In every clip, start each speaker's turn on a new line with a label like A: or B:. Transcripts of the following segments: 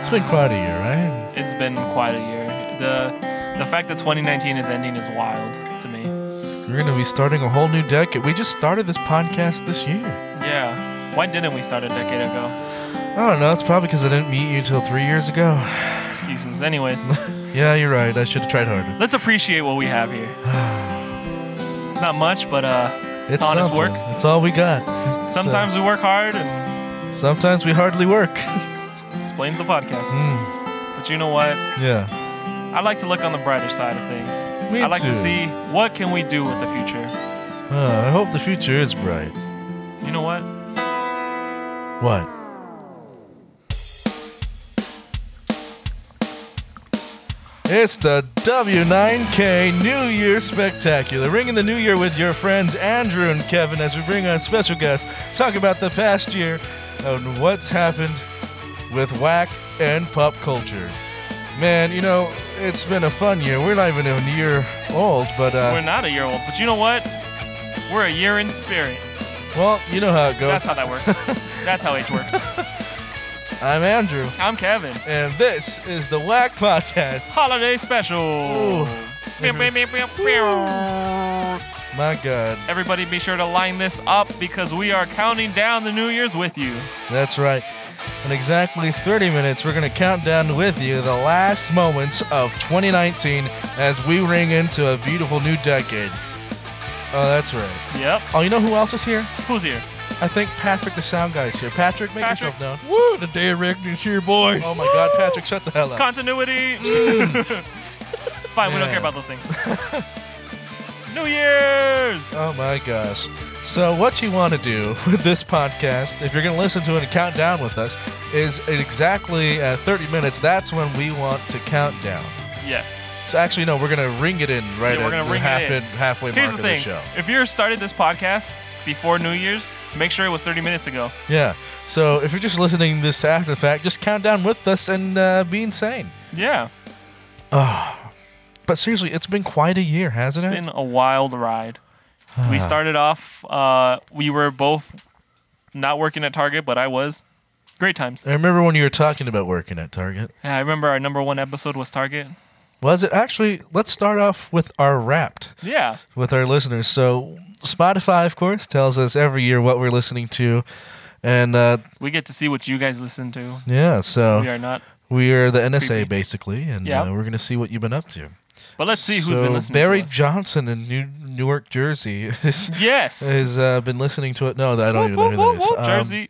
A: It's been quite a year, right?
B: It's been quite a year. The the fact that 2019 is ending is wild to me.
A: We're going to be starting a whole new decade. We just started this podcast this year.
B: Yeah. Why didn't we start a decade ago?
A: I don't know. It's probably because I didn't meet you till three years ago.
B: Excuses. Anyways,
A: Yeah, you're right. I should have tried harder.
B: let's appreciate what we have here. It's not much, but uh,
A: It's
B: honest
A: something.
B: work.
A: It's all we got. So,
B: sometimes we work hard and
A: sometimes we hardly work.
B: explains the podcast.
A: Mm,
B: But you know what?
A: yeah.
B: I like to look on the brighter side of things.
A: Me
B: I like
A: too.
B: to see what can we do with the future.
A: Uh, I hope the future is bright.
B: You know what?
A: What? It's the W9K New Year Spectacular. Ringing the new year with your friends Andrew and Kevin as we bring on special guests, talk about the past year and what's happened with whack and pop culture. Man, you know, it's been a fun year. We're not even a year old, but
B: We're
A: uh,
B: not a year old, but you know what? We're a year in spirit.
A: well, you know how it goes.
B: That's how that works. That's how age works.
A: I'm Andrew,
B: I'm Kevin.
A: and this is the Whack Podcast.
B: Holiday special.
A: Ooh.
B: Pew, pew, pew, pew, pew.
A: My God.
B: Everybody, be sure to line this up because we are counting down the New Year's with you.
A: That's right. In exactly 30 minutes, we're going to count down with you the last moments of 2019 as we ring into a beautiful new decade. Oh, that's right.
B: Yep.
A: Oh, you know who else is here?
B: Who's here?
A: I think Patrick the Sound Guy's here. Patrick, make
B: Patrick.
A: yourself known.
C: Woo, the day of reckoning's here, boys.
A: Oh my God, Patrick, shut the hell up.
B: Continuity. it's fine. We
A: Mm.
B: don't
A: Yeah.
B: care about those things. New Year's.
A: Oh my gosh. So, what you want to do with this podcast, if you're going to listen to it and count down with us, is exactly at 30 minutes. That's when we want to count down.
B: Yes.
A: So actually, no, we're gonna ring it in right
B: Yeah, we're
A: at
B: gonna
A: the
B: ring it
A: half
B: in.
A: halfway
B: Here's
A: mark
B: the
A: of the show.
B: thing. If you started this podcast before New Year's, make sure it was 30 minutes ago.
A: Yeah. So if you're just listening this after the fact, just count down with us and uh, be insane.
B: Yeah.
A: But seriously, it's been quite a year, hasn't it?
B: been a wild ride. we started off. Uh, we were both not working at Target, but I was. Great times.
A: I remember when you were talking about working at Target.
B: Yeah, I remember our number one episode was Target.
A: Was it actually? Let's start off with our Wrapped.
B: Yeah,
A: with our listeners. So Spotify, of course, tells us every year what we're listening to, and uh,
B: we get to see what you guys listen to.
A: yeah, so
B: We are not,
A: we are the NSA
B: Creepy.
A: basically, and
B: Yeah.
A: uh, we're gonna see what you've been up to.
B: but let's see who's
A: so
B: been listening.
A: Barry
B: to us.
A: Johnson in New Newark, Jersey, is,
B: Yes.
A: has uh, been listening to it. No, I don't even know
B: Whoop,
A: who that
B: whoop,
A: is.
B: whoop,
A: Um,
B: Jersey.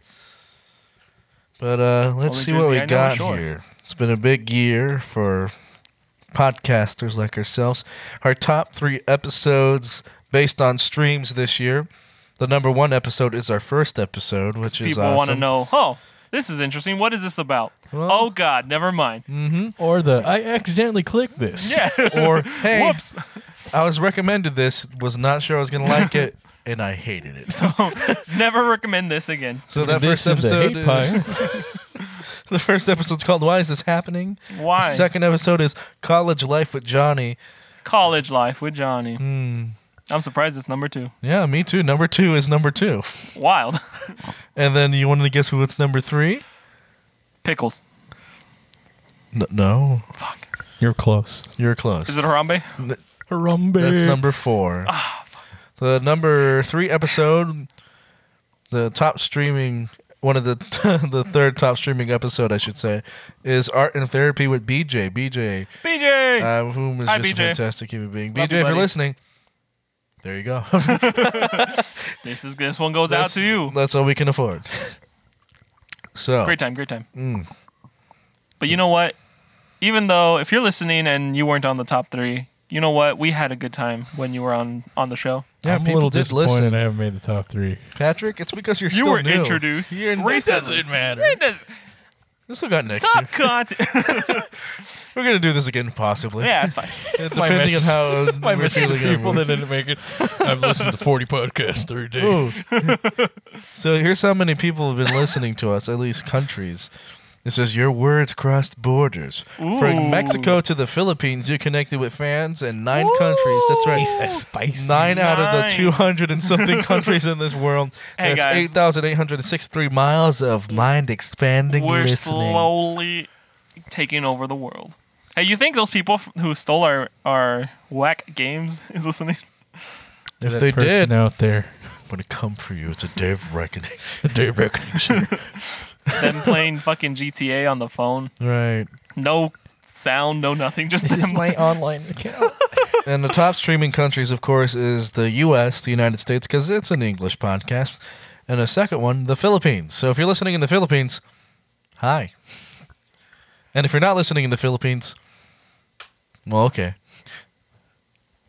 A: but uh, let's
B: Only
A: see what
B: Jersey
A: we
B: I know,
A: got
B: sure.
A: here. It's been a big year for podcasters like ourselves. Our top three episodes based on streams this year. The number one episode is our first episode, which is
B: People
A: awesome.
B: want to know. Oh, this is interesting. What is this about?
A: Well- Mm.
B: oh God, never mind.
C: Or the I accidentally clicked this.
B: Yeah.
A: Or hey,
B: Whoops.
A: I was recommended this. Was not sure I was gonna like it, and I hated it. So,
B: never recommend this again.
A: that
C: This
A: first
C: is the
A: episode,
C: hate
A: is-
C: pie.
A: the first episode's called "Why Is This Happening."
B: Why?
A: The second episode is College Life with Johnny.
B: College life with Johnny.
A: Mm.
B: I'm surprised it's number two.
A: Yeah, me too. Number two is number two.
B: Wild.
A: And then you wanted to guess who it's number three?
B: Pickles.
A: N- no,
C: You're close.
A: you're close.
B: Is it Harambe?
C: Harambe.
A: That's number four.
B: Ah,
A: the number three episode, the top streaming, one of the the third top streaming episode, I should say, is Art and Therapy with BJ. BJ,
B: BJ!
A: uh, whom is
B: Hi,
A: just a
B: BJ.
A: fantastic human being.
B: Love
A: BJ,
B: you,
A: if you're
B: buddy.
A: listening, there you go.
B: this is this one goes out
A: That's-
B: to you.
A: That's all we can afford. So
B: Great time, great time.
A: Mm.
B: But you know what? Even though if you're listening and you weren't on the top three, you know what? We had a good time when you were on on the show.
A: yeah,
C: I'm a
A: people
C: little
A: did
C: disappointed
A: listen.
C: I haven't made the top three.
A: Patrick, it's because you're
B: You
A: still
B: were
A: new.
B: introduced.
A: You're in-
B: Racism.
C: matter.
B: It does-
A: We still got next year.
B: Top content.
A: We're gonna do this again, possibly.
B: yeah, it's fine.
C: My
A: depending
C: message-
A: on how
C: My
A: we're
C: message
A: feeling.
C: to people
A: over-
C: that didn't make it. I've listened to 40 podcasts every day.
A: Ooh. so here's how many people have been listening to us, at least countries. It says your words crossed borders.
B: Ooh.
A: From Mexico to the Philippines, you connected with fans in nine countries. That's right.
C: spicy.
A: Nine out of the
B: Nine.
A: 200 and something countries in this world.
B: Hey,
A: That's
B: guys.
A: 8,863 miles of mind expanding
B: We're
A: listening.
B: slowly taking over the world. Hey, you think those people f- who stole our our whack games is listening?
A: If they did, I'm
C: out there,
A: going to come for you. It's a day of reckoning.
C: the day of reckoning. sure.
B: them playing fucking GTA on the phone,
A: right.
B: no sound, no nothing, just them.
C: online account.
A: And the top streaming countries, of course, is the U.S., the United States, because it's an English podcast. And a second one, the Philippines. So if you're listening in the Philippines, hi. And if you're not listening in the Philippines, well, okay.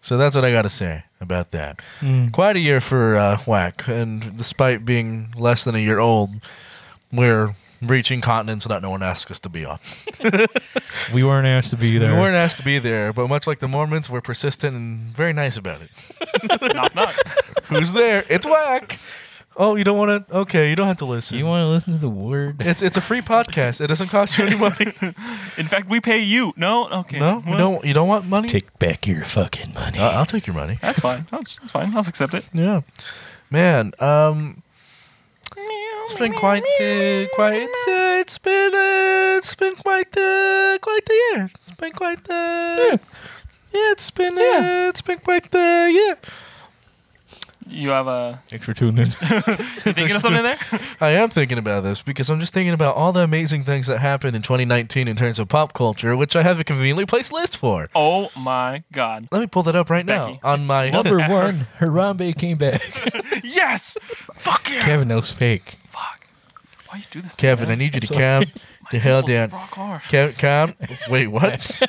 A: So that's what I got to say about that. Quite a year for uh, Whack, and despite being less than a year old, we're reaching continents that no one asked us to be on.
C: We weren't asked to be
A: We
C: there.
A: weren't asked to be there, but much like the Mormons, we're persistent and very nice about it.
B: knock knock.
A: Who's there? It's whack. Oh, you don't want to? Okay, you don't have to listen.
C: You want to listen to the word?
A: it's it's a free podcast. It doesn't cost you any money.
B: In fact, we pay you. No, okay.
A: No, you
B: Well,
A: don't. You don't want money.
C: Take back your fucking money.
A: I- I'll take your money.
B: That's fine. That's, that's fine. I'll accept it.
A: Yeah, man. Um, it's been quite the quite. It's, uh, it's been uh, it's been quite the quite the year. It's been quite the yeah. It's been uh,
B: Yeah.
A: it's been quite the year.
B: You have a.
C: Thanks for tuning in.
B: You thinking of something there?
A: I am thinking about this because I'm just thinking about all the amazing things that happened in 2019 in terms of pop culture, which I have a conveniently placed list for.
B: Oh my god.
A: Let me pull that up right
B: Becky.
A: now on my
C: Number one, Harambe came back.
B: Yes. Fuck yeah.
C: Kevin, that was fake.
B: Fuck. Why you do this? to me,
A: Kevin, I
B: man?
A: need you to
C: I'm sorry.
A: calm the hell
B: Nipples
A: down.
B: Rock hard.
A: Ca- calm. Wait, what?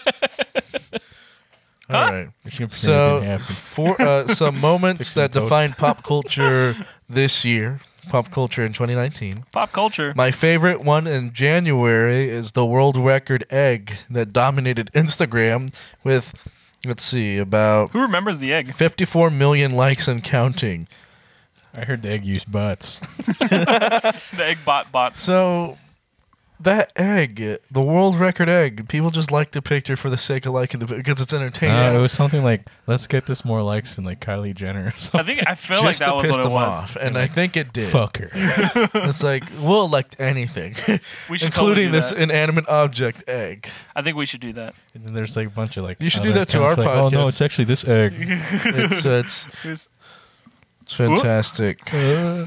A: All right.
C: We're just gonna pretend it didn't
A: So,
C: happen.
A: for uh, some moments
C: Fixing
A: that
C: toast.
A: define pop culture this year, pop culture in 2019.
B: Pop culture.
A: My favorite one in January is the world record egg that dominated Instagram with, let's see, about
B: Who remembers the egg?
A: 54 million likes and counting.
C: I heard the egg used butts.
B: The egg bot bots.
A: So that egg, the world record egg, people just like the picture for the sake of liking the because it's entertaining.
C: No, Uh, it was something like, let's get this more likes than like Kylie Jenner or something.
B: I think I feel
A: just
B: like that
A: to
B: was
A: piss
B: what it
A: them
B: was.
A: off, and I think it did.
C: Fuck her.
A: It's like we'll elect anything,
B: We should totally
A: including
B: do
A: this
B: that.
A: inanimate object egg.
B: I think we should do that.
C: And then there's like a bunch of like.
A: You should do
C: other
A: that to our
C: accounts, like, Oh
A: podcast.
C: no, it's actually this egg.
A: It's uh, it's,
B: Who's-
A: it's fantastic.
C: Uh,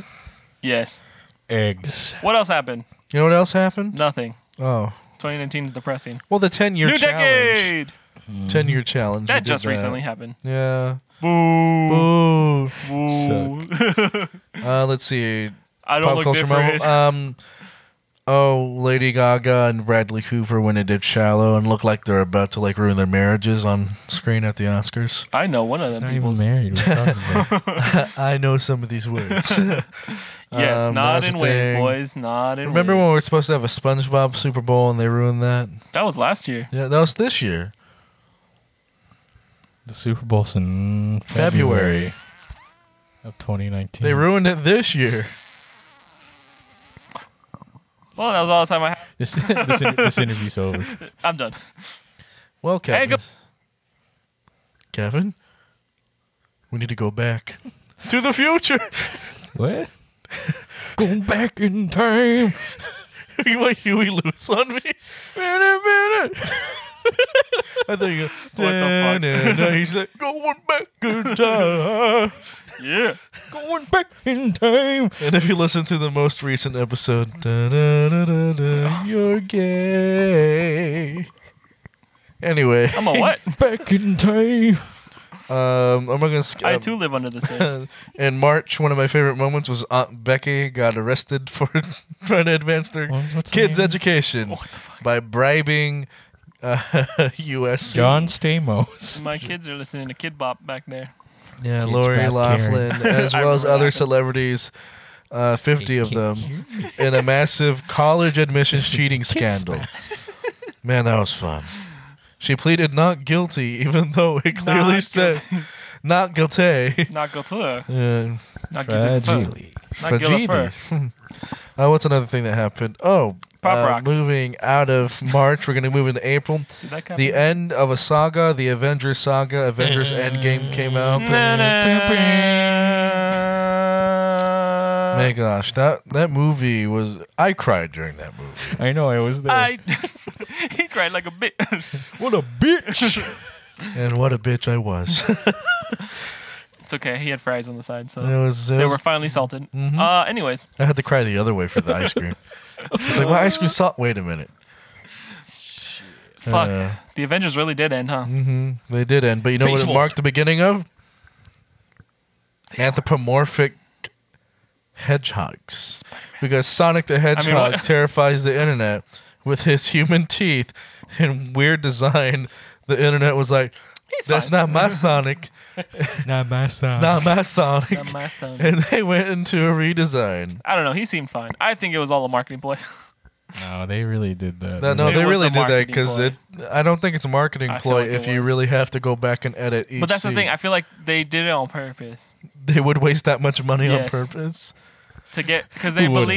B: Yes.
C: eggs.
B: What else happened?
A: You know what else happened?
B: Nothing.
A: Oh,
B: 2019 is depressing.
A: well, the ten year
B: New
A: challenge,
B: decade.
A: ten year challenge. we
B: That
A: did
B: just recently happened.
A: Yeah.
B: Boo.
A: Boo.
B: Boo.
A: Uh, let's see.
B: I don't look different.
A: moment. Um, oh, Lady Gaga and Bradley Cooper when they did "Shallow" and look like they're about to like ruin their marriages on screen at the Oscars.
B: I know one of
C: It's
B: them.
C: not
B: people's-
C: even married. We're talking about.
A: I know some of these words.
B: Yes,
A: Um,
B: not
A: that was
B: in
A: the
B: wave,
A: thing.
B: boys. Not in
A: Remember
B: wave.
A: when we were supposed to have a SpongeBob Super Bowl and they ruined that?
B: That was last year.
A: Yeah, that was this year,
C: the Super Bowl's in
A: February.
C: February of 2019.
A: They ruined it this year.
B: Well, that was all the time I had.
C: this, this, inter- this interview's over.
B: I'm done.
A: Well,
B: Hey,
A: Kevin.
B: go-
A: Kevin, we need to go back to the future.
C: What? Going back in time.
A: you want Huey Lewis on me?
C: Minute, minute.
A: I thought you.
B: the fuck?
A: fuck? He's like going back in time.
B: Yeah.
C: Going back in time.
A: And if you listen to the most recent episode, da, da, da, da, da, you're gay. Anyway,
B: I'm a what?
C: Back in time.
A: um, I'm not gonna. Sk-
B: I
A: um,
B: too live under the stairs.
A: in March, one of my favorite moments was Aunt Becky got arrested for trying to advance their
C: What- what's the
A: kids'
C: name?
A: education by bribing uh, U.S.
C: John Stamos.
B: My kids are listening to Kid Bop back there.
A: yeah,
C: Kids
A: Lori
C: got
A: Laughlin, as
B: I
A: well as
B: remember
A: other
B: that.
A: celebrities, uh, fifty of them, in a massive college admissions cheating scandal. Man, that was fun. She pleaded not guilty, even though it clearly
B: Not
A: said not guilty.
B: Not go to her.
A: Uh,
B: Not give a fuck.
C: Tragedy.
B: Not give a
A: Fajidi. uh, what's another thing that happened? Oh,
B: Pop
A: uh,
B: rocks.
A: moving out of March. We're going to move into April.
B: Did that
A: The end of a saga, the Avengers saga, Avengers Endgame came out. My gosh, that that movie was I cried during that movie.
C: I know. I was there.
B: I, he cried like a bitch.
C: what a bitch!
A: And what a bitch I was. it
B: It's okay. He had fries on the side, so
A: was, it
B: they
A: was-
B: were finally salted.
A: Mm-hmm.
B: Uh, anyways,
A: I had to cry the other way for the ice cream. it's like, well, ice cream salt. Wait a minute.
B: fuck.
A: Uh.
B: the Avengers really did end, huh?
A: hmm They did end, but you know
D: Face
A: what it
D: full.
A: marked the beginning of? Anthropomorphic hedgehogs. Because Sonic the Hedgehog
B: what-
A: terrifies the internet with his human teeth and weird design. The internet was like,
B: He's
A: "That's
B: fine.
A: not my Sonic,
C: Not my style.
A: not my Sonic."
B: Not my thumb.
A: and they went into a redesign.
B: I don't know. He seemed fine. I think it was all a marketing play.
C: No, they really did that.
A: No, no,
B: It
A: they
B: was
A: really
B: a
A: did that
B: marketing
A: because
B: ploy.
A: it. I don't think it's a marketing
B: I feel
A: ploy
B: like it
A: if you
B: was.
A: really have to go back and edit each.
B: But that's the
A: scene.
B: thing. I feel like they did it on purpose
A: they would waste that much money on
B: Yes.
A: purpose.
B: to get because they
C: Who wouldn't?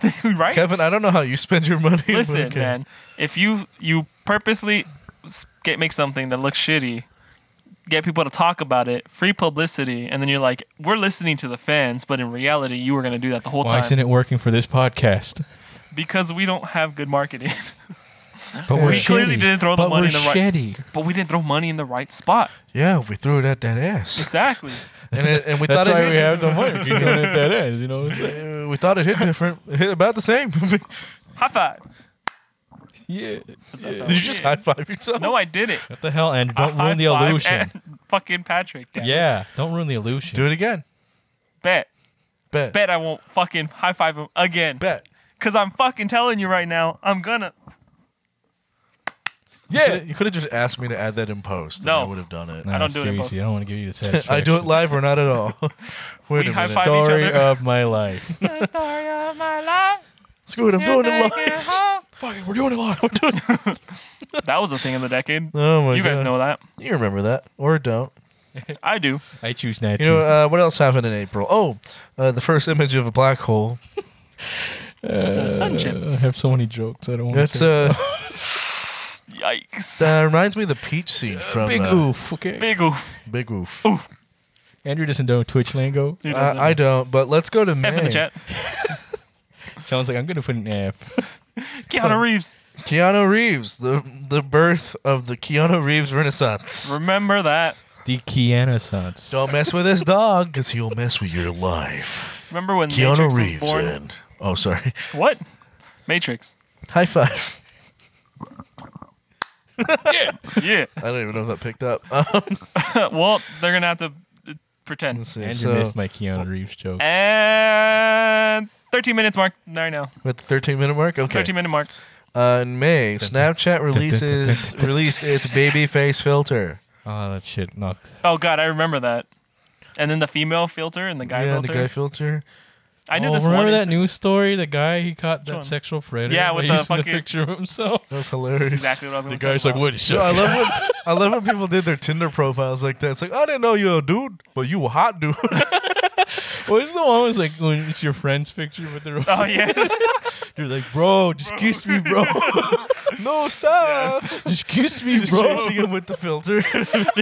B: believe right.
A: Kevin, I don't know how you spend your money.
B: Listen,
A: Okay.
B: man. If you you purposely s- get make something that looks shitty, get people to talk about it, free publicity, and then you're like, we're listening to the fans, but in reality, you were gonna do that the whole
C: Why
B: time
C: isn't it working for this podcast?
B: because we don't have good marketing.
C: But we're
B: We clearly
C: shitty.
B: didn't throw the
C: but
B: money in
C: we're
B: the right-
C: shitty.
B: but we didn't throw money in the right spot.
A: Yeah, we threw it at that ass,
B: Exactly.
A: and it, and we thought
C: That's why
A: it
C: we
A: hit,
C: have the money. You know what that is. You know what I'm saying?
A: uh, we thought it hit different, it hit about the same. Did
B: High five.
C: Yeah.
B: That's how
A: you
B: we
A: just
B: did.
A: high five yourself?
B: No, I didn't.
C: What the hell, Andrew? Don't
B: I
C: ruin the
B: high-fived
C: illusion.
B: and Fucking Patrick. damn it.
C: Yeah, don't ruin the illusion.
A: Do it again.
B: Bet.
A: Bet,
B: Bet I won't fucking high five him again.
A: bet.
B: Cause I'm fucking telling you right now, I'm gonna.
C: Yeah.
A: You could have just asked me to add that in post. and
B: No.
A: I would have done it.
C: No,
B: I don't do it in
C: seriously,
B: post.
C: I don't want to give you the satisfaction.
A: I do it live or not at all. Wait
B: We
A: a
B: high
A: minute.
B: five- each
C: Story
B: other.
C: of my life.
B: The story of my life.
A: Screw it, I'm doing it
B: Take
A: live.
B: home.
A: Fuck it, we're doing it live. We're doing it.
B: That was a thing in the decade.
A: Oh my
B: you guys
A: God.
B: know that.
A: You remember that or don't?
B: I do.
C: I choose not
A: You
C: to.
A: know uh, what else happened in April? Oh, uh, the first image of a black hole.
B: The sunship.
C: Uh, I have so many jokes. I don't want
A: That's
C: to. say.
A: uh,
B: Yikes.
A: that reminds me of the peach scene from
C: big
A: uh,
C: oof. Okay.
B: Big oof.
A: Big Oof.
C: Andrew doesn't know Twitch lingo.
B: He
A: Uh,
B: doesn't.
A: I don't, but let's go to May.
B: F in the chat.
C: Sounds like I'm gonna put an F.
B: Keanu Reeves.
A: Keanu Reeves, the the birth of the Keanu Reeves Renaissance.
B: Remember that.
C: the Kiana Sans.
A: don't mess with this dog, because he'll mess with your life.
B: Remember when
A: Keanu
B: Matrix
A: Reeves
B: was born?
A: and oh, sorry.
B: What? Matrix.
A: High five.
B: Yeah.
A: I don't even know if that picked up. Um,
B: well, they're gonna have to uh,
A: let's
B: pretend.
A: see,
C: Andrew
A: so,
C: missed my Keanu Reeves joke.
B: And 13 minutes mark right now.
A: with the 13 minute mark, okay.
B: 13 minute mark.
A: Uh, in May, Snapchat releases
C: dun,
A: released its baby face filter.
C: Oh, that shit knocked.
B: Oh God, I remember that. And then the female filter and the guy
A: yeah,
B: filter.
A: the guy filter.
B: I knew
C: oh,
B: this
C: remember
B: one.
C: that
B: insta-
C: news story? The guy he caught
B: one?
C: that sexual predator.
B: Yeah,
C: by
B: with the
C: using
B: fucking-
C: picture of himself.
A: That was hilarious.
B: That's exactly what I was
C: The
B: going to say.
C: guy's like,
B: about.
C: "What is
A: Yo, I
C: that?"
A: love when I love when people did their Tinder profiles like that. It's like I didn't know you were a dude, but you a hot dude.
C: What's the one? Was like when it's your friend's picture, but they're
B: Oh yeah.
C: you're like, "Bro, just kiss me, bro.
A: no, stop.
C: just kiss me,
A: Just
C: bro."
A: chasing him with the filter.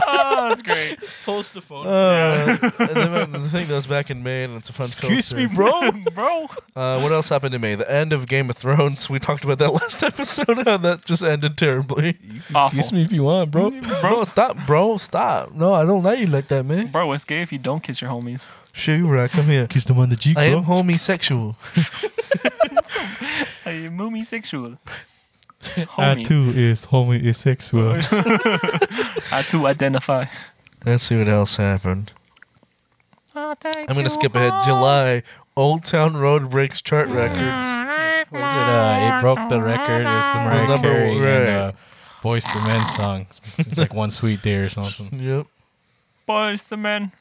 B: oh, that's great.
C: Post the phone.
A: Uh, and then the thing that was back in May, and it's a fun filter.
C: kiss me, bro.
B: Bro.
A: Uh, what else happened in May? The end of Game of Thrones. We talked about that last episode. How that just ended terribly.
B: Awful.
C: kiss me if you want, bro.
A: Bro, stop, bro, stop. No, I don't like you like that, man.
B: Bro, it's gay if you don't kiss your homies.
A: Sure, you're right. Come here.
C: Kiss them on the cheek,
A: I
C: bro.
A: am homosexual.
B: Hey, moomy sexual.
C: I
B: Homie.
C: too is homie is sexual.
B: I too identify.
A: Let's see what else happened. I'm gonna skip ahead. July. Old Town Road breaks chart records.
C: Was it? Uh, it broke the record. It was the Mariah
A: number-
C: Carey
A: right.
C: and uh, Boys to Men song. It's like one sweet day or something.
A: Yep.
B: Boys to men.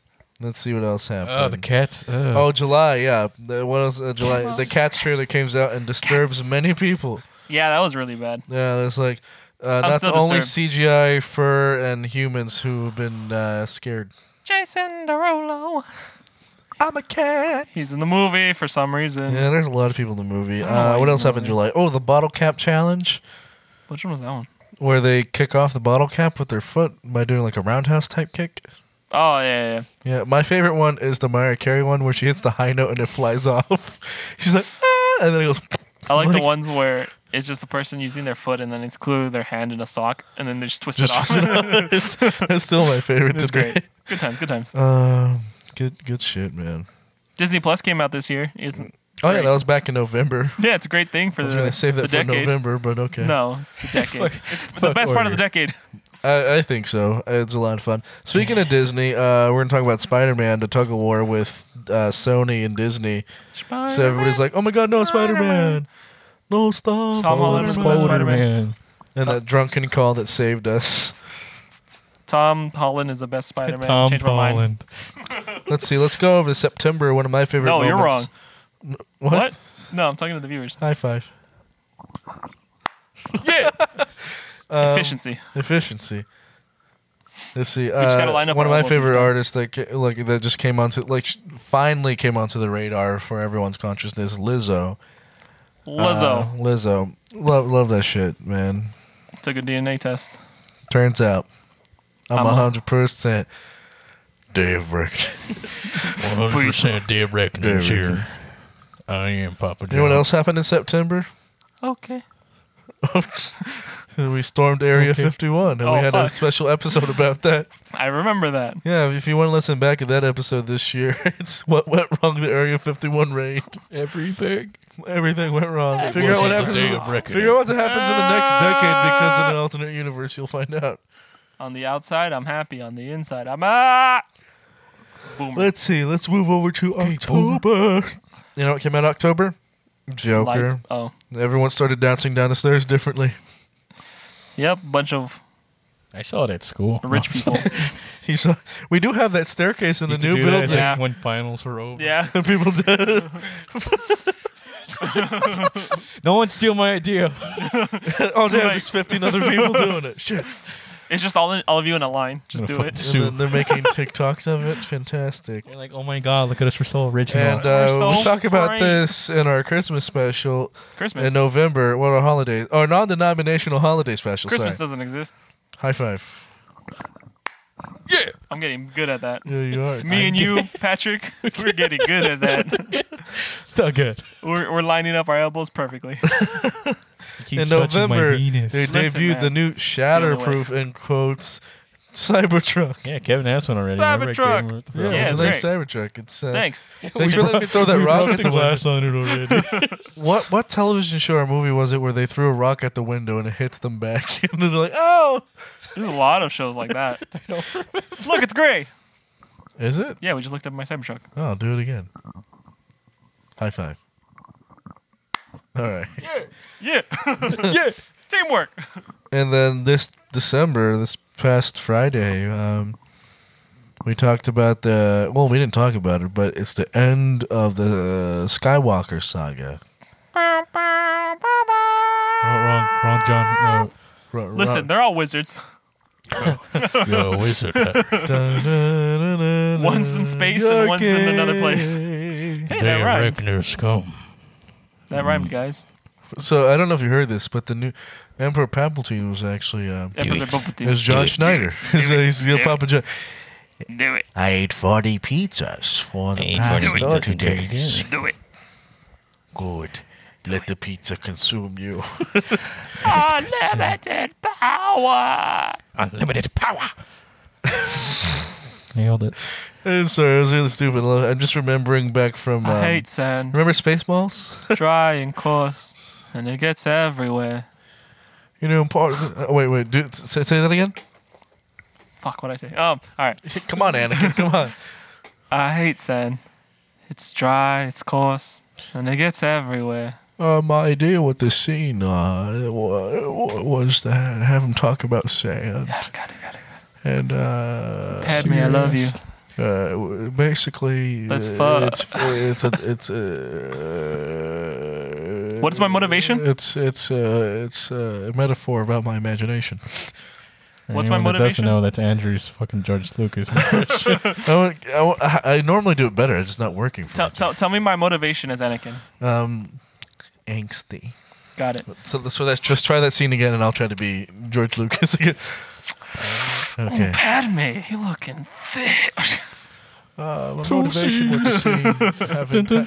A: Let's see what else happened.
C: Oh, the cats.
A: Oh,
C: Oh,
A: July, yeah. The, what else? Uh, July. The Cats trailer comes out and disturbs many people.
B: Yeah, that was really bad.
A: Yeah, there's like uh, not the
B: still
A: only
B: disturbed.
A: CGI fur and humans who have been uh, scared.
B: Jason Derulo.
A: I'm a cat.
B: He's in the movie for some reason.
A: Yeah, there's a lot of people in the movie.
B: I don't know
A: Uh,
B: why
A: what
B: he's
A: else
B: in
A: happened in July? Oh, the bottle cap challenge,
B: Which one was that one?
A: where they kick off the bottle cap with their foot by doing like a roundhouse type kick.
B: Oh yeah, yeah, yeah.
A: Yeah, my favorite one is the Mariah Carey one where she hits the high note and it flies off. She's like, ah, and then it goes.
B: I like,
A: Like-
B: the ones where it's just the person using their foot and then it's clearly their hand in a sock and then they just twist
A: Just
B: it off.
A: twist it off. That's still my favorite.
B: it's
A: That's
B: great. Good times, good times.
A: Uh, good, good shit, man.
B: Disney Plus came out this year. Isn't,
A: Oh yeah,
B: Great.
A: that was back in November.
B: yeah, it's a great thing for
A: I was
B: the,
A: gonna save
B: the
A: that for
B: decade.
A: November, but okay.
B: No, it's the decade.
C: Fuck-
B: it's the
C: fuck
B: best part of the
C: order.
B: decade.
A: I, I think so. It's a lot of fun. Speaking of Disney, uh, we're gonna talk about Spider-Man: The Tug of War with uh, Sony and Disney. So everybody's like, "Oh my God, no Spider-Man, no stop
B: Tom Holland was the best
A: Spider-Man!"
C: Oh, Spider-Man.
A: And that drunken call that saved us.
B: Tom Holland is the best Spider-Man.
C: Tom
B: Change my mind.
C: Holland.
A: Let's see. Let's go over to September. One of my favorite.
B: No, you're wrong.
A: moments. What?
B: What? No, I'm talking to the viewers.
A: High five.
C: Yeah.
A: Uh,
B: Efficiency.
A: Um, Efficiency. Let's see. Uh,
B: just gotta line up
A: one of
B: our
A: my
B: elbows and
A: favorite
B: stuff.
A: artists that ca- like that just came onto like sh- finally came onto the radar for everyone's consciousness. Lizzo. Uh,
B: Lizzo
A: Lizzo. Love love that shit, man.
B: took a DNA test.
A: Turns out, I'm
B: I'm a-
A: hundred percent. Direct.
C: 100% dead reckoning
A: Dead
C: this year. I am Papa John.
A: You know what else happened in September?
B: Okay.
A: we stormed Area
C: Okay.
A: 51, and we
B: Oh,
A: had a
B: fuck.
A: special episode about that.
B: I remember that.
A: Yeah, if you want to listen back at that episode this year, it's what went wrong the Area 51 raid.
C: Everything.
A: Everything went wrong. Figure out what
C: Wasn't
A: happens.
C: the day
A: In
C: of
A: the,
C: reckoning.
A: figure out what happens in the next decade because in an alternate universe you'll find out.
B: On the outside, I'm happy. On the inside, I'm ah. Boomer.
A: Let's see. Let's move over to
C: Boomer.
A: October. You know what came out October? Joker.
B: Lights. Oh,
A: Everyone started dancing down the stairs differently.
B: yep. Bunch of
C: I saw it at school.
B: rich people.
A: He saw. We do have that staircase in
C: You
A: the
C: can
A: new
C: do that
A: building.
C: as, like,
B: Yeah.
C: When finals are over.
B: yeah.
A: People did.
C: No one steal my idea.
A: oh damn! There's 15 other people doing it. Shit.
B: It's just all in, all of you in a line. Just do it.
A: And then they're making TikToks of it. Fantastic.
C: You're like, oh my god, look at us, we're so original.
A: And uh,
B: We're so
A: we'll talk about
B: great.
A: this in our Christmas special
B: Christmas.
A: in November. What our holiday or non-denominational holiday special?
B: Christmas
A: Sorry.
B: doesn't exist.
A: High five.
C: yeah.
B: I'm getting good at that.
A: Yeah, you are.
B: Me and you, Patrick, we're getting good at that.
C: It's not good.
B: We're, we're lining up our elbows perfectly.
C: It keeps
A: in
C: touching
A: November, they
C: my penis.
B: Listen,
A: debuted
B: man.
A: the new shatterproof in quotes Cybertruck.
C: yeah, Kevin has one already.
B: Cybertruck.
C: Remember I gave him it for-
A: Yeah,
B: Yeah,
A: it's a nice
B: it's
A: Cybertruck. It's uh,
B: Thanks.
A: Thanks
C: We
A: for letting me throw that
C: we
A: rock
C: broke
A: at
C: the
A: the window.
C: glass on it already.
A: What what television show or movie was it where they threw a rock at the window and it hits them back and they're like, oh,
B: There's a lot of shows like that. Look, it's gray.
A: is it?
B: Yeah, we just looked up my Cybertruck.
A: Oh, I'll do it again. High five. All right.
B: Yeah.
C: yeah.
B: Teamwork.
A: And then this December, this past Friday, um, we talked about the well, we didn't talk about it, but it's the end of the Skywalker saga.
C: Oh, wrong, wrong, John.
A: Ro- ro-
B: Listen, they're all wizards.
C: No. Yo, wizard.
A: Dun-dun-dun-dun-dun.
B: One's in space and one's in another place.
A: Okay.
B: Hey, that rhymed.
C: scum.
B: That rhymed, guys.
A: So I don't know if you heard this, but the new Emperor Palpatine was actually uh,
B: Emperor
C: it.
B: Palpatine.
A: is John Schneider. he's uh, he's uh, Papa John.
B: Do it.
A: I ate forty pizzas for the past thirty days.
B: Do it.
A: Good. Let the pizza consume you.
B: Unlimited power.
C: Unlimited power. Nailed it.
A: I'm sorry, it was really stupid. Uh, I'm just remembering back from. Um,
B: I hate sand.
A: Remember Spaceballs?
B: It's dry and coarse, and it gets everywhere.
A: You know, part. Of the, uh, wait, wait. Do, say, say that again.
B: Fuck what I say. Um. All right.
A: Come on, Anakin. Come on.
B: I hate sand. It's dry. It's coarse, and it gets everywhere.
A: Uh, my idea with the scene uh, wa- was to ha- have him talk about sand
B: Yeah, got it, got it.
A: and uh,
B: Padme, I love you.
A: Uh, w- basically,
B: Let's
A: uh,
B: fuck.
A: It's it's a, it's uh, a,
B: What is my motivation?
A: It's it's uh, it's uh, a metaphor about my imagination.
B: What's my
C: Anyone that
B: motivation?
C: Doesn't know that's Andrew's fucking George Lucas.
A: I, want- I want- I- I normally do it better. It's just not working for
B: Tell,
A: me.
B: tell, tell me my motivation as Anakin.
A: Um, angsty.
B: Got it.
A: So, so let's just try that scene again, and I'll try to be George Lucas again. Okay.
B: Padme, you looking thick.
A: Uh, my
C: Two
A: motivation was to see. having pa-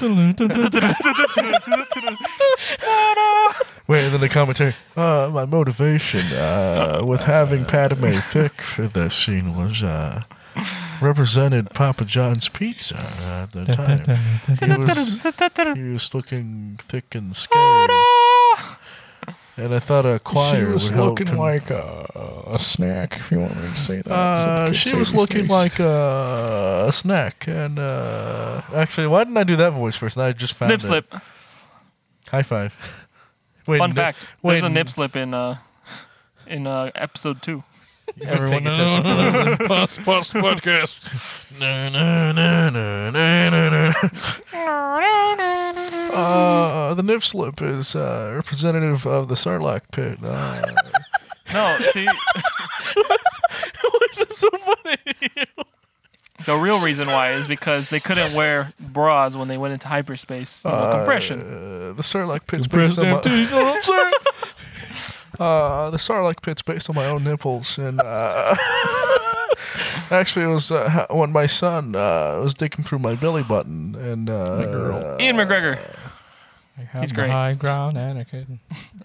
A: Wait, and then the commentary. Uh, my motivation uh, with having Padme Thick for this scene was uh, represented Papa John's pizza at the time. He was, he was looking thick and scary. And I thought a choir
C: she was
A: would help
C: looking
A: con-
C: like a, a snack, if you want me to say that. So
A: Uh,
C: the kids
A: she
C: say
A: was
C: these
A: looking
C: days.
A: like uh, a snack, and uh, actually, why didn't I do that voice first? I just found
B: Nip
A: it.
B: slip.
A: High five. Wait,
B: Fun
A: no-
B: fact.
A: wait,
B: There's a nip slip in uh in uh episode two.
A: you weren't
C: Everyone
A: paying attention for this.
C: Plus, plus podcast.
A: Na, na, na, na, na, na, na. Uh, the nip slip is uh, representative of the Sarlacc pit. Uh,
B: No, see
A: this is so funny.
B: the real reason why is because they couldn't wear bras when they went into hyperspace. You know, compression.
A: Uh, the Sarlacc pit's based on
C: President,
A: my,
C: you know what I'm saying?
A: uh, the Sarlacc pit's based on my own nipples, and uh, actually, it was uh, ha- when my son uh, was digging through my belly button, and uh,
C: girl.
B: Ian McGregor.
C: I have
B: He's
C: the
B: great.
C: High ground, Anakin.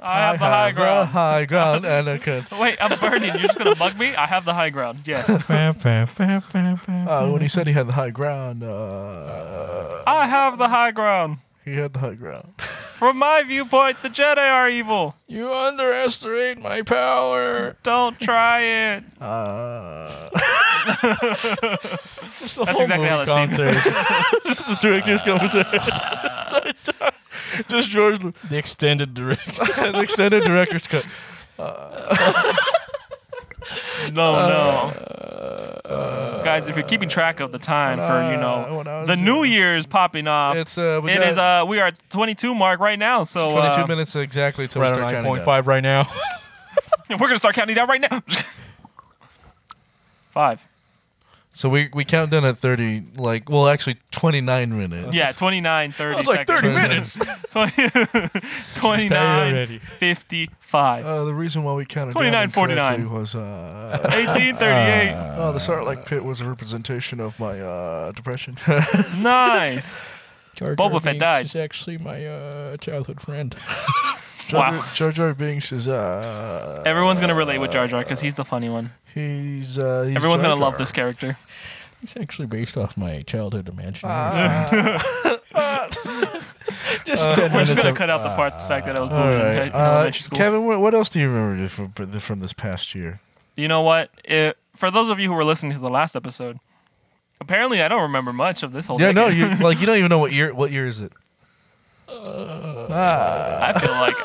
B: I have the high
A: the
B: ground.
A: high ground, Anakin.
B: Wait, I'm burning. You're just gonna mug me? I have the high ground. Yes.
C: Bam, bam, bam, bam, bam,
A: Uh,
C: bam.
A: when he said he had the high ground, uh,
B: I have the high ground.
A: he had the high ground.
B: From my viewpoint, the Jedi are evil.
C: You underestimate my power.
B: Don't try it.
A: Uh,
B: That's
A: Oh
B: exactly how that scene.
A: just the director's commentary. just George Lu-
C: The extended direct.
A: an extended director's cut.
B: No, no. Guys, if you're keeping track of the time for you know
A: when I was
B: the
A: doing-
B: New Year is popping off.
A: It's uh, we
B: it
A: got
B: is uh we are at 22 mark right now, so
A: 22
B: uh,
A: minutes exactly till
C: We're
A: we
C: at
A: start
C: nine
A: counting.
C: point
A: down.
C: five right now.
B: we're gonna start counting down right now. Five.
A: So we we count down at 30, like well actually 29 minutes.
B: Yeah, 29, 30
C: was like, 30
B: seconds.
C: minutes.
B: 20, 29,
C: already.
B: 55,
A: Uh, the reason why we counted
B: 29,
A: down incorrectly
B: 49.
A: was uh,
B: 18, 38.
A: oh, the
B: Uh,
A: Sarlacc pit was a representation of my uh, depression.
B: nice.
C: Jar
B: Boba
C: Jar
B: Fett
C: Binks
B: died.
C: is actually my uh, childhood friend.
A: Jar
B: Wow.
A: Jar Jar Binks is uh
B: Everyone's gonna relate with Jar Jar because he's the funny one.
A: he's uh he's
B: Everyone's
A: Jar
B: gonna love
A: Jar.
B: this character.
C: He's actually based off my childhood imagination. Ah. Just ten
B: We're just
C: minutes
B: gonna
C: of
B: cut out the part the fact that I was
A: All
B: bullied in
A: right,
B: in
A: uh,
B: elementary school.
A: Kevin. What, what else do you remember from, from this past year?
B: you know what? It, for those of you who were listening to the last episode, apparently I don't remember much of this whole.
A: Yeah,
B: decade.
A: no, you like you don't even know what year. What year is it?
B: I feel like,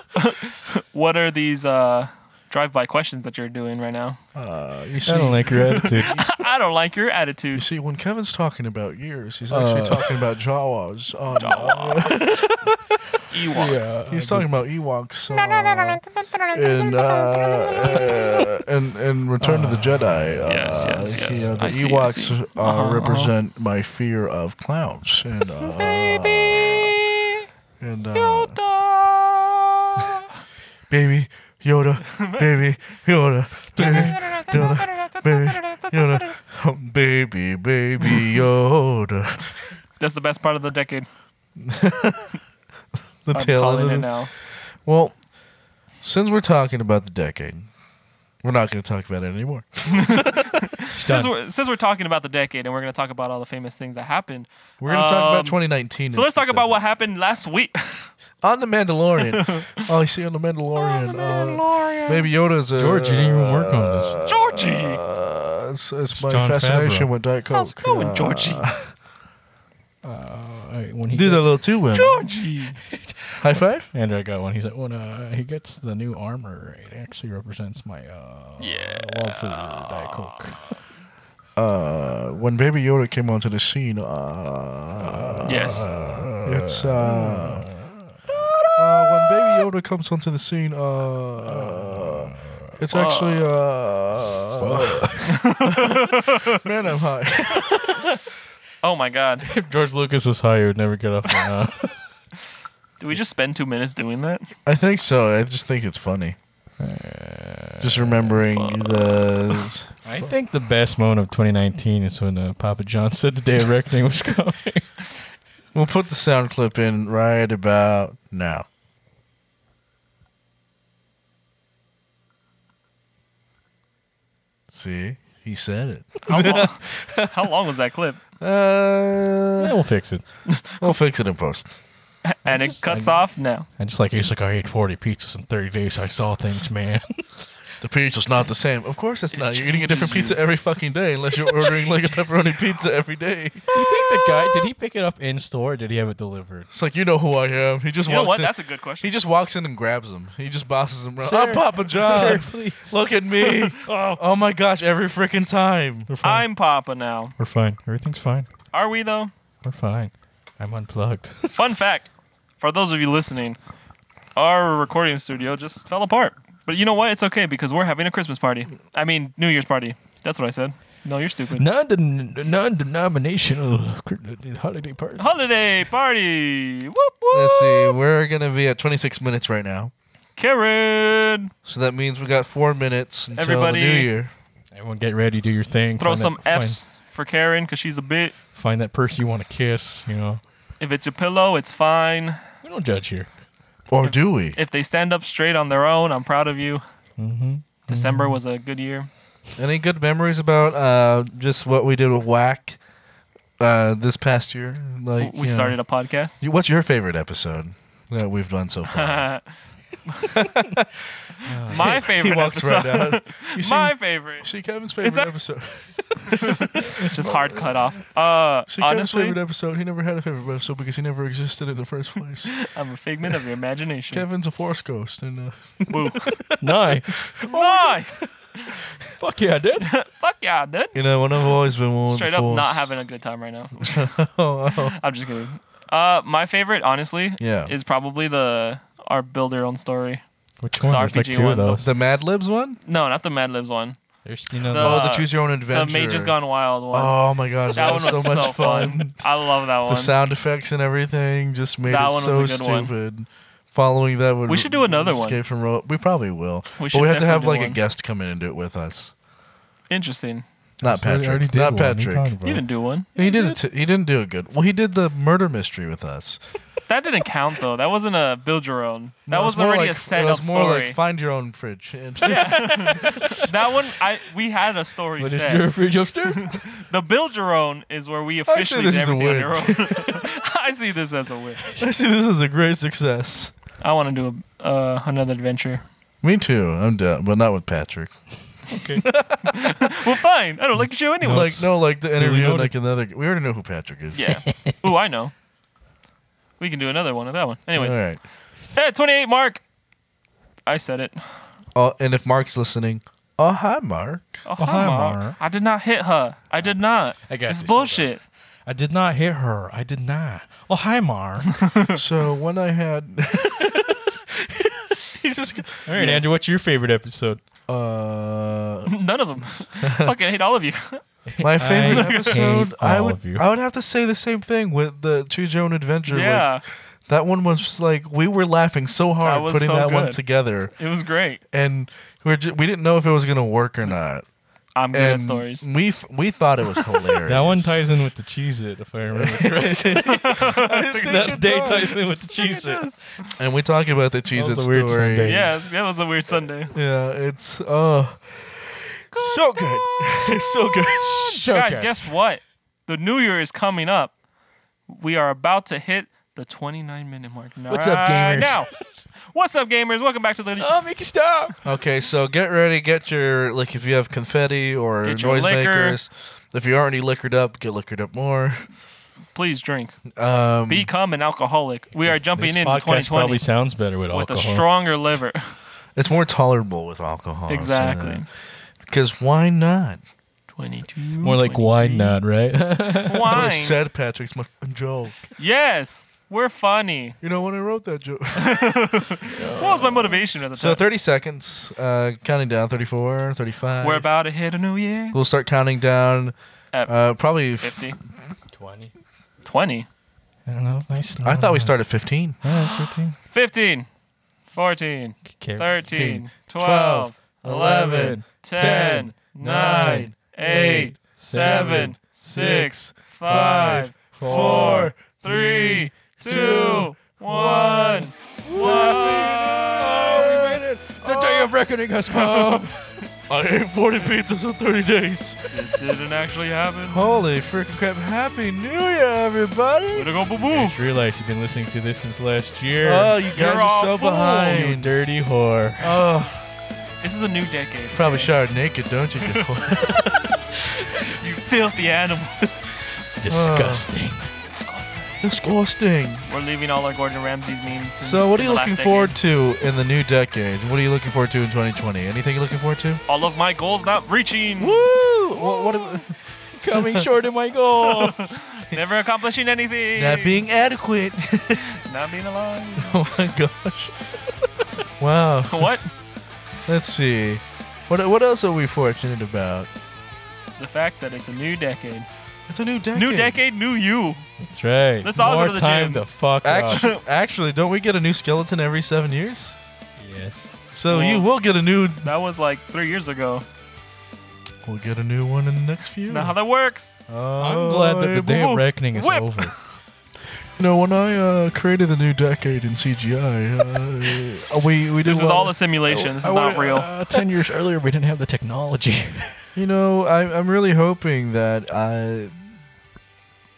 B: what are these uh, drive-by questions that you're doing right now?
A: Uh, you see,
C: I don't like your attitude.
B: I don't like your
A: you
B: attitude.
A: see, when Kevin's talking about years, he's actually
C: Uh.
A: talking about Jawas. On, uh,
B: Ewoks.
A: he's talking about Ewoks. Uh, in, uh, in, in Return of the Jedi, uh,
B: Yes, yes, yes.
A: he, uh, the
B: I see, I
A: Ewoks
B: see. Uh-huh,
A: Uh, represent my fear of clowns. And, uh, and, uh, baby Yoda, baby Yoda, baby Yoda, baby Yoda, um, baby baby Yoda.
B: That's the best part of the decade.
A: The
B: I'm
A: tail
B: calling
A: end.
B: it
A: Of the,
B: now.
A: well, since we're talking about the decade, we're not going to talk about it anymore.
B: Since we're, since we're talking about the decade and we're going to talk about all the famous things that happened,
A: We're going to talk
B: Um,
A: about 2019.
B: so let's talk about
A: specifically.
B: what happened last week.
A: on the Mandalorian. oh, I see on the Mandalorian. Uh, baby Yoda's a
C: George, you didn't even work on this.
B: Georgie.
A: Uh, it's, it's my
C: John
A: fascination
C: Favreau.
A: with Diet Coke.
B: How's it going,
A: Uh,
B: Georgie?
C: Uh, when he
A: Do the little two women.
B: Georgie.
A: High five.
C: And I got one. He's like, when uh, he gets the new armor, it actually represents my uh,
B: Yeah.
C: love for Diet Coke.
A: Uh, when Baby Yoda came onto the scene, uh,
B: Yes.
A: it's uh, uh, when Baby Yoda comes onto the scene, uh, It's actually uh. Man, I'm high.
B: Oh my god.
C: If George Lucas was high, he would never get off uh, the ground.
B: Do we just spend two minutes doing that?
A: I think so. I just think it's funny. Just remembering the.
C: I think the best moment of 2019 is when uh, Papa John said the day of reckoning was coming.
A: We'll put the sound clip in right about now. See, he said it.
B: How long, how long was that clip?
C: Yeah,
A: Uh,
C: we'll fix it.
A: we'll fix it in post.
B: And it cuts off now.
C: And just like he's like, I ate 40 pizzas in 30 days. I saw things, man.
A: The pizza's not the same. Of course it's not. You're eating a different pizza every fucking day unless you're ordering like a pepperoni pizza every day.
C: you think the guy did he pick it up in store? or Did he have it delivered?
A: It's like you know who I am. He just
B: You know
A: walks
B: what?
A: in.
B: That's a good question.
A: he just walks in and grabs him. He just bosses him around.
C: Sir.
A: I'm Papa
C: Sir,
A: John.
C: Uh, please.
A: Look at me.
C: Oh,
A: Oh my gosh, every freaking time.
C: we're fine.
B: I'm Papa now.
C: we're fine. Everything's fine.
B: Are we though?
C: We're fine. I'm unplugged.
B: Fun fact for those of you listening, our recording studio just fell apart. But you know what? It's okay because we're having a Christmas party. I mean, New Year's party. That's what I said. No, you're stupid.
C: Non-den- non-denominational holiday party.
B: Holiday party. Whoop whoop.
A: Let's see. We're gonna be at 26 minutes right now.
B: Karen,
A: So that means we got four minutes until
B: Everybody-
A: the new year.
C: Everyone, get ready. Do your thing.
B: throw
C: find that-
B: some
C: find-
B: F's for Karen because she's a bit.
C: find that person you want to kiss. You know,
B: If it's your pillow, it's fine.
C: we don't judge here.
A: Or do we?
B: If they stand up straight on their own, I'm proud of you.
A: Mm.
C: Mm-hmm.
B: December was a good year.
A: Any good memories about uh, just what we did with Whack uh, this past year? Like
B: we started a podcast.
A: A- What's your favorite episode that we've done so far?
B: My favorite episode.
A: out. You see,
B: My favorite.
A: see Kevin's favorite
B: a-
A: episode.
B: It's just hard cut off. Uh,
A: See Kevin's
B: honestly,
A: favorite episode. He never had a favorite episode because he never existed in the first place.
B: I'm a figment of your imagination.
A: Kevin's a force ghost, and uh,
B: Boo.
C: nice.
B: nice.
C: Fuck yeah, dude.
B: Fuck yeah, dude.
A: you know, when I've always been one. with
B: Straight
A: the
B: up,
A: force.
B: not having a good time right now.
A: Oh, oh.
B: I'm just kidding. Uh, my favorite, honestly,
A: Yeah.
B: is probably the our build your own story.
C: Which one?
B: The
C: There's like
B: RPG
C: two of
B: one, the-
C: those.
A: The Mad Libs one.
B: No, not the Mad Libs one.
C: There's you know
B: the-
A: oh,
B: Uh,
A: the Choose Your Own Adventure.
B: The Mage has Gone Wild one.
A: Oh my gosh,
B: that
A: that,
B: one was
A: so much
B: fun.
A: fun.
B: I love that
A: The
B: one.
A: sound effects and everything just made
B: That
A: it
B: one
A: so
B: was a good one.
A: stupid. Following that would
B: We should do another one.
A: escape from Ro- we probably will.
B: We
A: but
B: should
A: we have to have
B: definitely
A: like
B: do
A: a
B: one.
A: guest come in and do it with us.
B: Interesting.
A: Not
C: I already-
A: Patrick.
C: I already did
A: Not
C: one. What are you
A: Patrick.
C: talking
B: You
C: about?
B: didn't do one.
A: He did. It he didn't do a good. Well, he did the murder mystery with us.
B: That didn't count though. That wasn't a build your own. That
A: No, it's
B: was
A: more
B: already
A: like,
B: a set
A: It
B: up
A: was more
B: story.
A: like find your own fridge. And
B: that one, I we had a story
C: But is
B: set.
C: there a fridge upstairs?
B: The build your own is where we
A: see
B: officially
A: this
B: did
A: as a
B: everything on
A: win.
B: your own. I see this as a win.
A: I see this is a great success.
B: I want to do a, uh, another adventure.
A: Me too. I'm down, but not with Patrick.
B: Well, fine. I don't like the show anyway.
A: Like no, like the interview,
C: noted.
A: like another. We already know who Patrick is.
B: yeah. Ooh, I know. We can do another one of that one. Anyways,
A: All right.
B: hey, 28 Mark. I said it.
A: Oh, and if Mark's listening, oh hi, Mark.
B: Oh,
C: hi,
B: hi, Mark.
C: Mark.
B: I did not hit her. I did not.
C: I got
B: It's
C: you.
B: bullshit.
C: I did not hit her. I did not. Oh hi, Mar. All
A: So when I had, he just
C: right, Andrew. What's your favorite episode?
A: uh,
B: None of them. Fucking hate all of you.
A: my favorite
C: hate
A: episode. I
C: all
A: would
C: of you.
A: I would have to say the same thing with the choose your own adventure.
B: yeah,
A: like, that one was like we were laughing so hard
B: That was
A: putting
B: so
A: that one
B: good.
A: together,
B: it was great.
A: and we were ju- we didn't know if it was gonna work or not.
B: I'm good at
A: And
B: stories.
A: we f- we thought it was hilarious.
C: That one ties in with the cheese it, if I remember correctly. that day ties in with the cheese it.
A: and we talk about the cheese
C: was
A: it
C: a weird
A: story.
C: Sunday.
B: Yeah, it's- that was a weird Sunday.
A: yeah, it's oh, so good, it's so good.
B: Guys, guess what? The new year is coming up. We are about to hit the 29 minute mark.
C: What's up,
B: Right
C: gamers?
B: Now, what's up, gamers? Welcome back to the
C: Oh, make it stop.
A: Okay, so get ready. Get your like if you have confetti or
B: Get your liquor.
A: noisemakers. If you're already liquored up, get liquored up more.
B: Please drink.
A: Um,
B: Become an alcoholic. We are jumping
C: This
B: into 2020
C: podcast probably
B: with
C: sounds better with,
B: a
C: alcohol.
B: stronger liver.
A: it's more tolerable with alcohol.
B: exactly.
A: Because why not?
B: 22.
C: uh, More like why not, right?
A: That's what I
B: wine.
A: said, Patrick. It's my f- joke.
B: Yes. We're funny.
A: You know when I wrote that joke.
B: What was my motivation at the
A: so
B: time?
A: 30 seconds, uh, counting down 34, 35.
B: We're about to hit a new year.
A: We'll start counting down
B: At
A: uh, probably. f-
B: 50.
C: 20.
B: 20.
C: I don't know. Nice.
A: I thought we started at 15.
C: Oh, 15.
B: 15. 14.
C: Okay.
B: 13. 12.
A: Twelve,
B: 11. 10.
A: ten,
B: 9.
A: nine,
B: 8.
A: eight,
B: 7.
A: seven,
B: 6.
A: six,
B: 5.
A: four,
B: 4. 3.
A: two,
B: 2. 1.
A: Oh,
B: 1.
A: we made it! The day of reckoning has come! I ate 40 pizzas in 30 days.
B: This didn't actually happen.
A: Holy freaking crap. Happy New Year,
B: Way
A: everybody!
B: to go, boo boo.
C: Just realized you've been listening to this since last year.
A: Oh, you guys are
B: all
A: so
B: fools.
A: behind.
C: you dirty whore.
A: Oh,
B: This is a new decade.
A: probably showered naked, don't you? you whore?
B: You filthy animal.
C: Disgusting.
A: Disgusting.
B: We're leaving all our Gordon Ramsay's memes.
A: So, what are you looking forward to in the new decade? What are you looking forward to in 2020? Anything you're looking forward to?
B: All of my goals not reaching.
A: Woo! What, what am-
C: Coming short of my goal.
B: Never accomplishing anything.
A: not being adequate.
B: Not being alive.
A: oh my gosh. wow.
B: what?
A: Let's see. What what else are we fortunate about?
B: The fact that it's a new decade.
A: It's a new decade.
B: New decade, new you.
C: That's right.
B: Let's all go
C: More
B: to the
C: time
B: gym.
C: to fuck off.
A: Actually, actually, don't we get a new skeleton every seven years?
C: Yes.
A: So
B: Well-
A: you will get a new.
B: That was like three years ago.
A: We'll get a new one in the next few.
B: It's not how that works.
A: Oh,
C: I'm glad that the day
A: whoa.
C: of reckoning is
B: Whip.
C: over.
A: You know, when I uh, created the new decade in CGI, uh, we we did.
B: This is
A: want-
B: all a simulation. This is not real.
A: uh,
C: uh, Ten years earlier, we didn't have the technology.
A: You know, I, I'm really hoping that uh,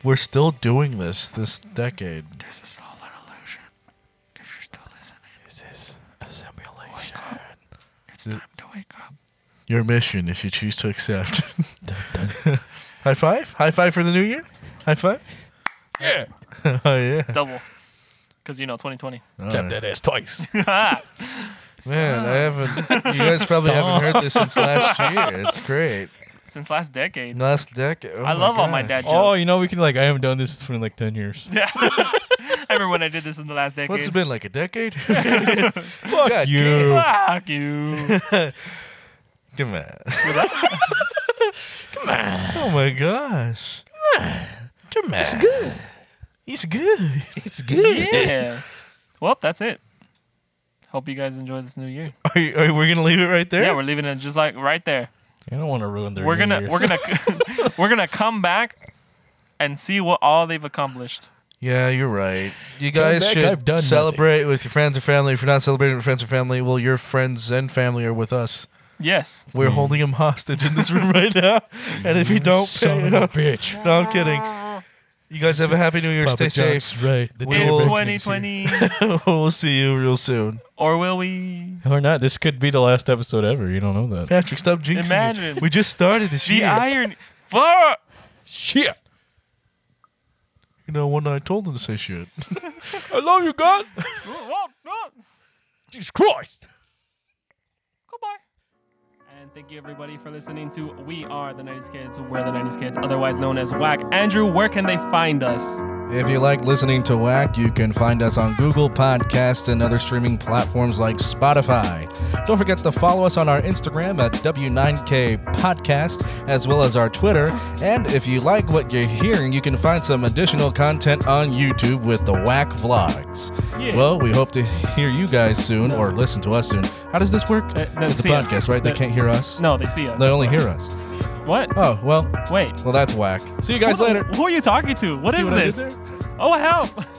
A: we're still doing this this decade.
B: This is all an illusion. If you're still listening,
C: This is a simulation.
B: it's
A: Th-
B: to wake up.
A: Your mission, if you choose to accept. High five! High five for the new year! High five!
C: Yeah.
A: oh yeah!
B: Double. Because, you know, 2020.
A: All
C: Tap
A: right.
C: that ass twice.
A: Man, I haven't. You guys probably haven't heard this since last year. It's great.
B: Since last decade.
A: Last decade. Oh
B: I love all my
A: gosh.
B: dad jokes.
C: oh, you know, we can like I haven't done this in like ten years.
B: Yeah. I remember when I did this in the last decade.
A: What's it been like a decade?
C: Fuck
A: God
C: you.
B: Fuck you.
A: Come on. Come on. Oh my gosh. Come on. Come on.
C: Good.
A: It's good.
C: It's good.
B: yeah. Well, that's it. Hope you guys enjoy this new year.
A: Are, you, are we gonna leave it right there?
B: Yeah, we're leaving it just like right there.
C: I don't want to ruin their.
B: We're
C: New
B: gonna
C: Year's.
B: we're gonna we're gonna come back and see what all they've accomplished.
A: Yeah, you're right. You
C: Come
A: guys
C: back,
A: should
C: I've done
A: celebrate with your friends and family. If you're not celebrating with friends and family, well, your friends and family are with us.
B: Yes.
A: We're
C: Mm.
A: holding them hostage in this room right now. And if you don't
C: Son
A: pay
C: of a
A: up,
C: bitch.
A: no, I'm kidding. You guys have a happy New Year.
C: Papa
A: Stay
C: John's
A: safe.
C: Right. The
A: We
C: day of
B: It's
A: will-
C: reckoning's here.
B: 2020
A: we'll see you real soon.
B: or will we?
C: Or not. This could be the last episode ever. You don't know that.
A: Patrick, stop jinxing. it.
B: Imagine.
A: we just started this
B: The
A: year.
B: irony. Fuck.
C: Shit.
A: you know, when I told them to say shit.
C: I love you, God.
B: Goodbye.
C: Jesus Christ.
B: And thank you everybody for listening to We Are the 90s Kids. We're the 90s Kids, otherwise known as Whack. Andrew, where can they find us?
A: If you like listening to Whack, you can find us on Google Podcasts and other streaming platforms like Spotify. Don't forget to follow us on our Instagram at W9K Podcast, as well as our Twitter. And if you like what you're hearing, you can find some additional content on YouTube with the Whack Vlogs.
B: Yeah.
A: Well, we hope to hear you guys soon or listen to us soon. How does this work?
B: Uh, no,
A: it's a
B: see us.
A: podcast, right? They
B: They-
A: can't hear us.
B: No, they see us.
A: They only hear us.
B: What?
A: Oh, well,
B: Wait.
A: well, that's Whack. See you guys
B: Who-
A: later.
B: Who are you talking to? What
A: See
B: is
A: what I did
B: this?
A: there?
B: Oh, help!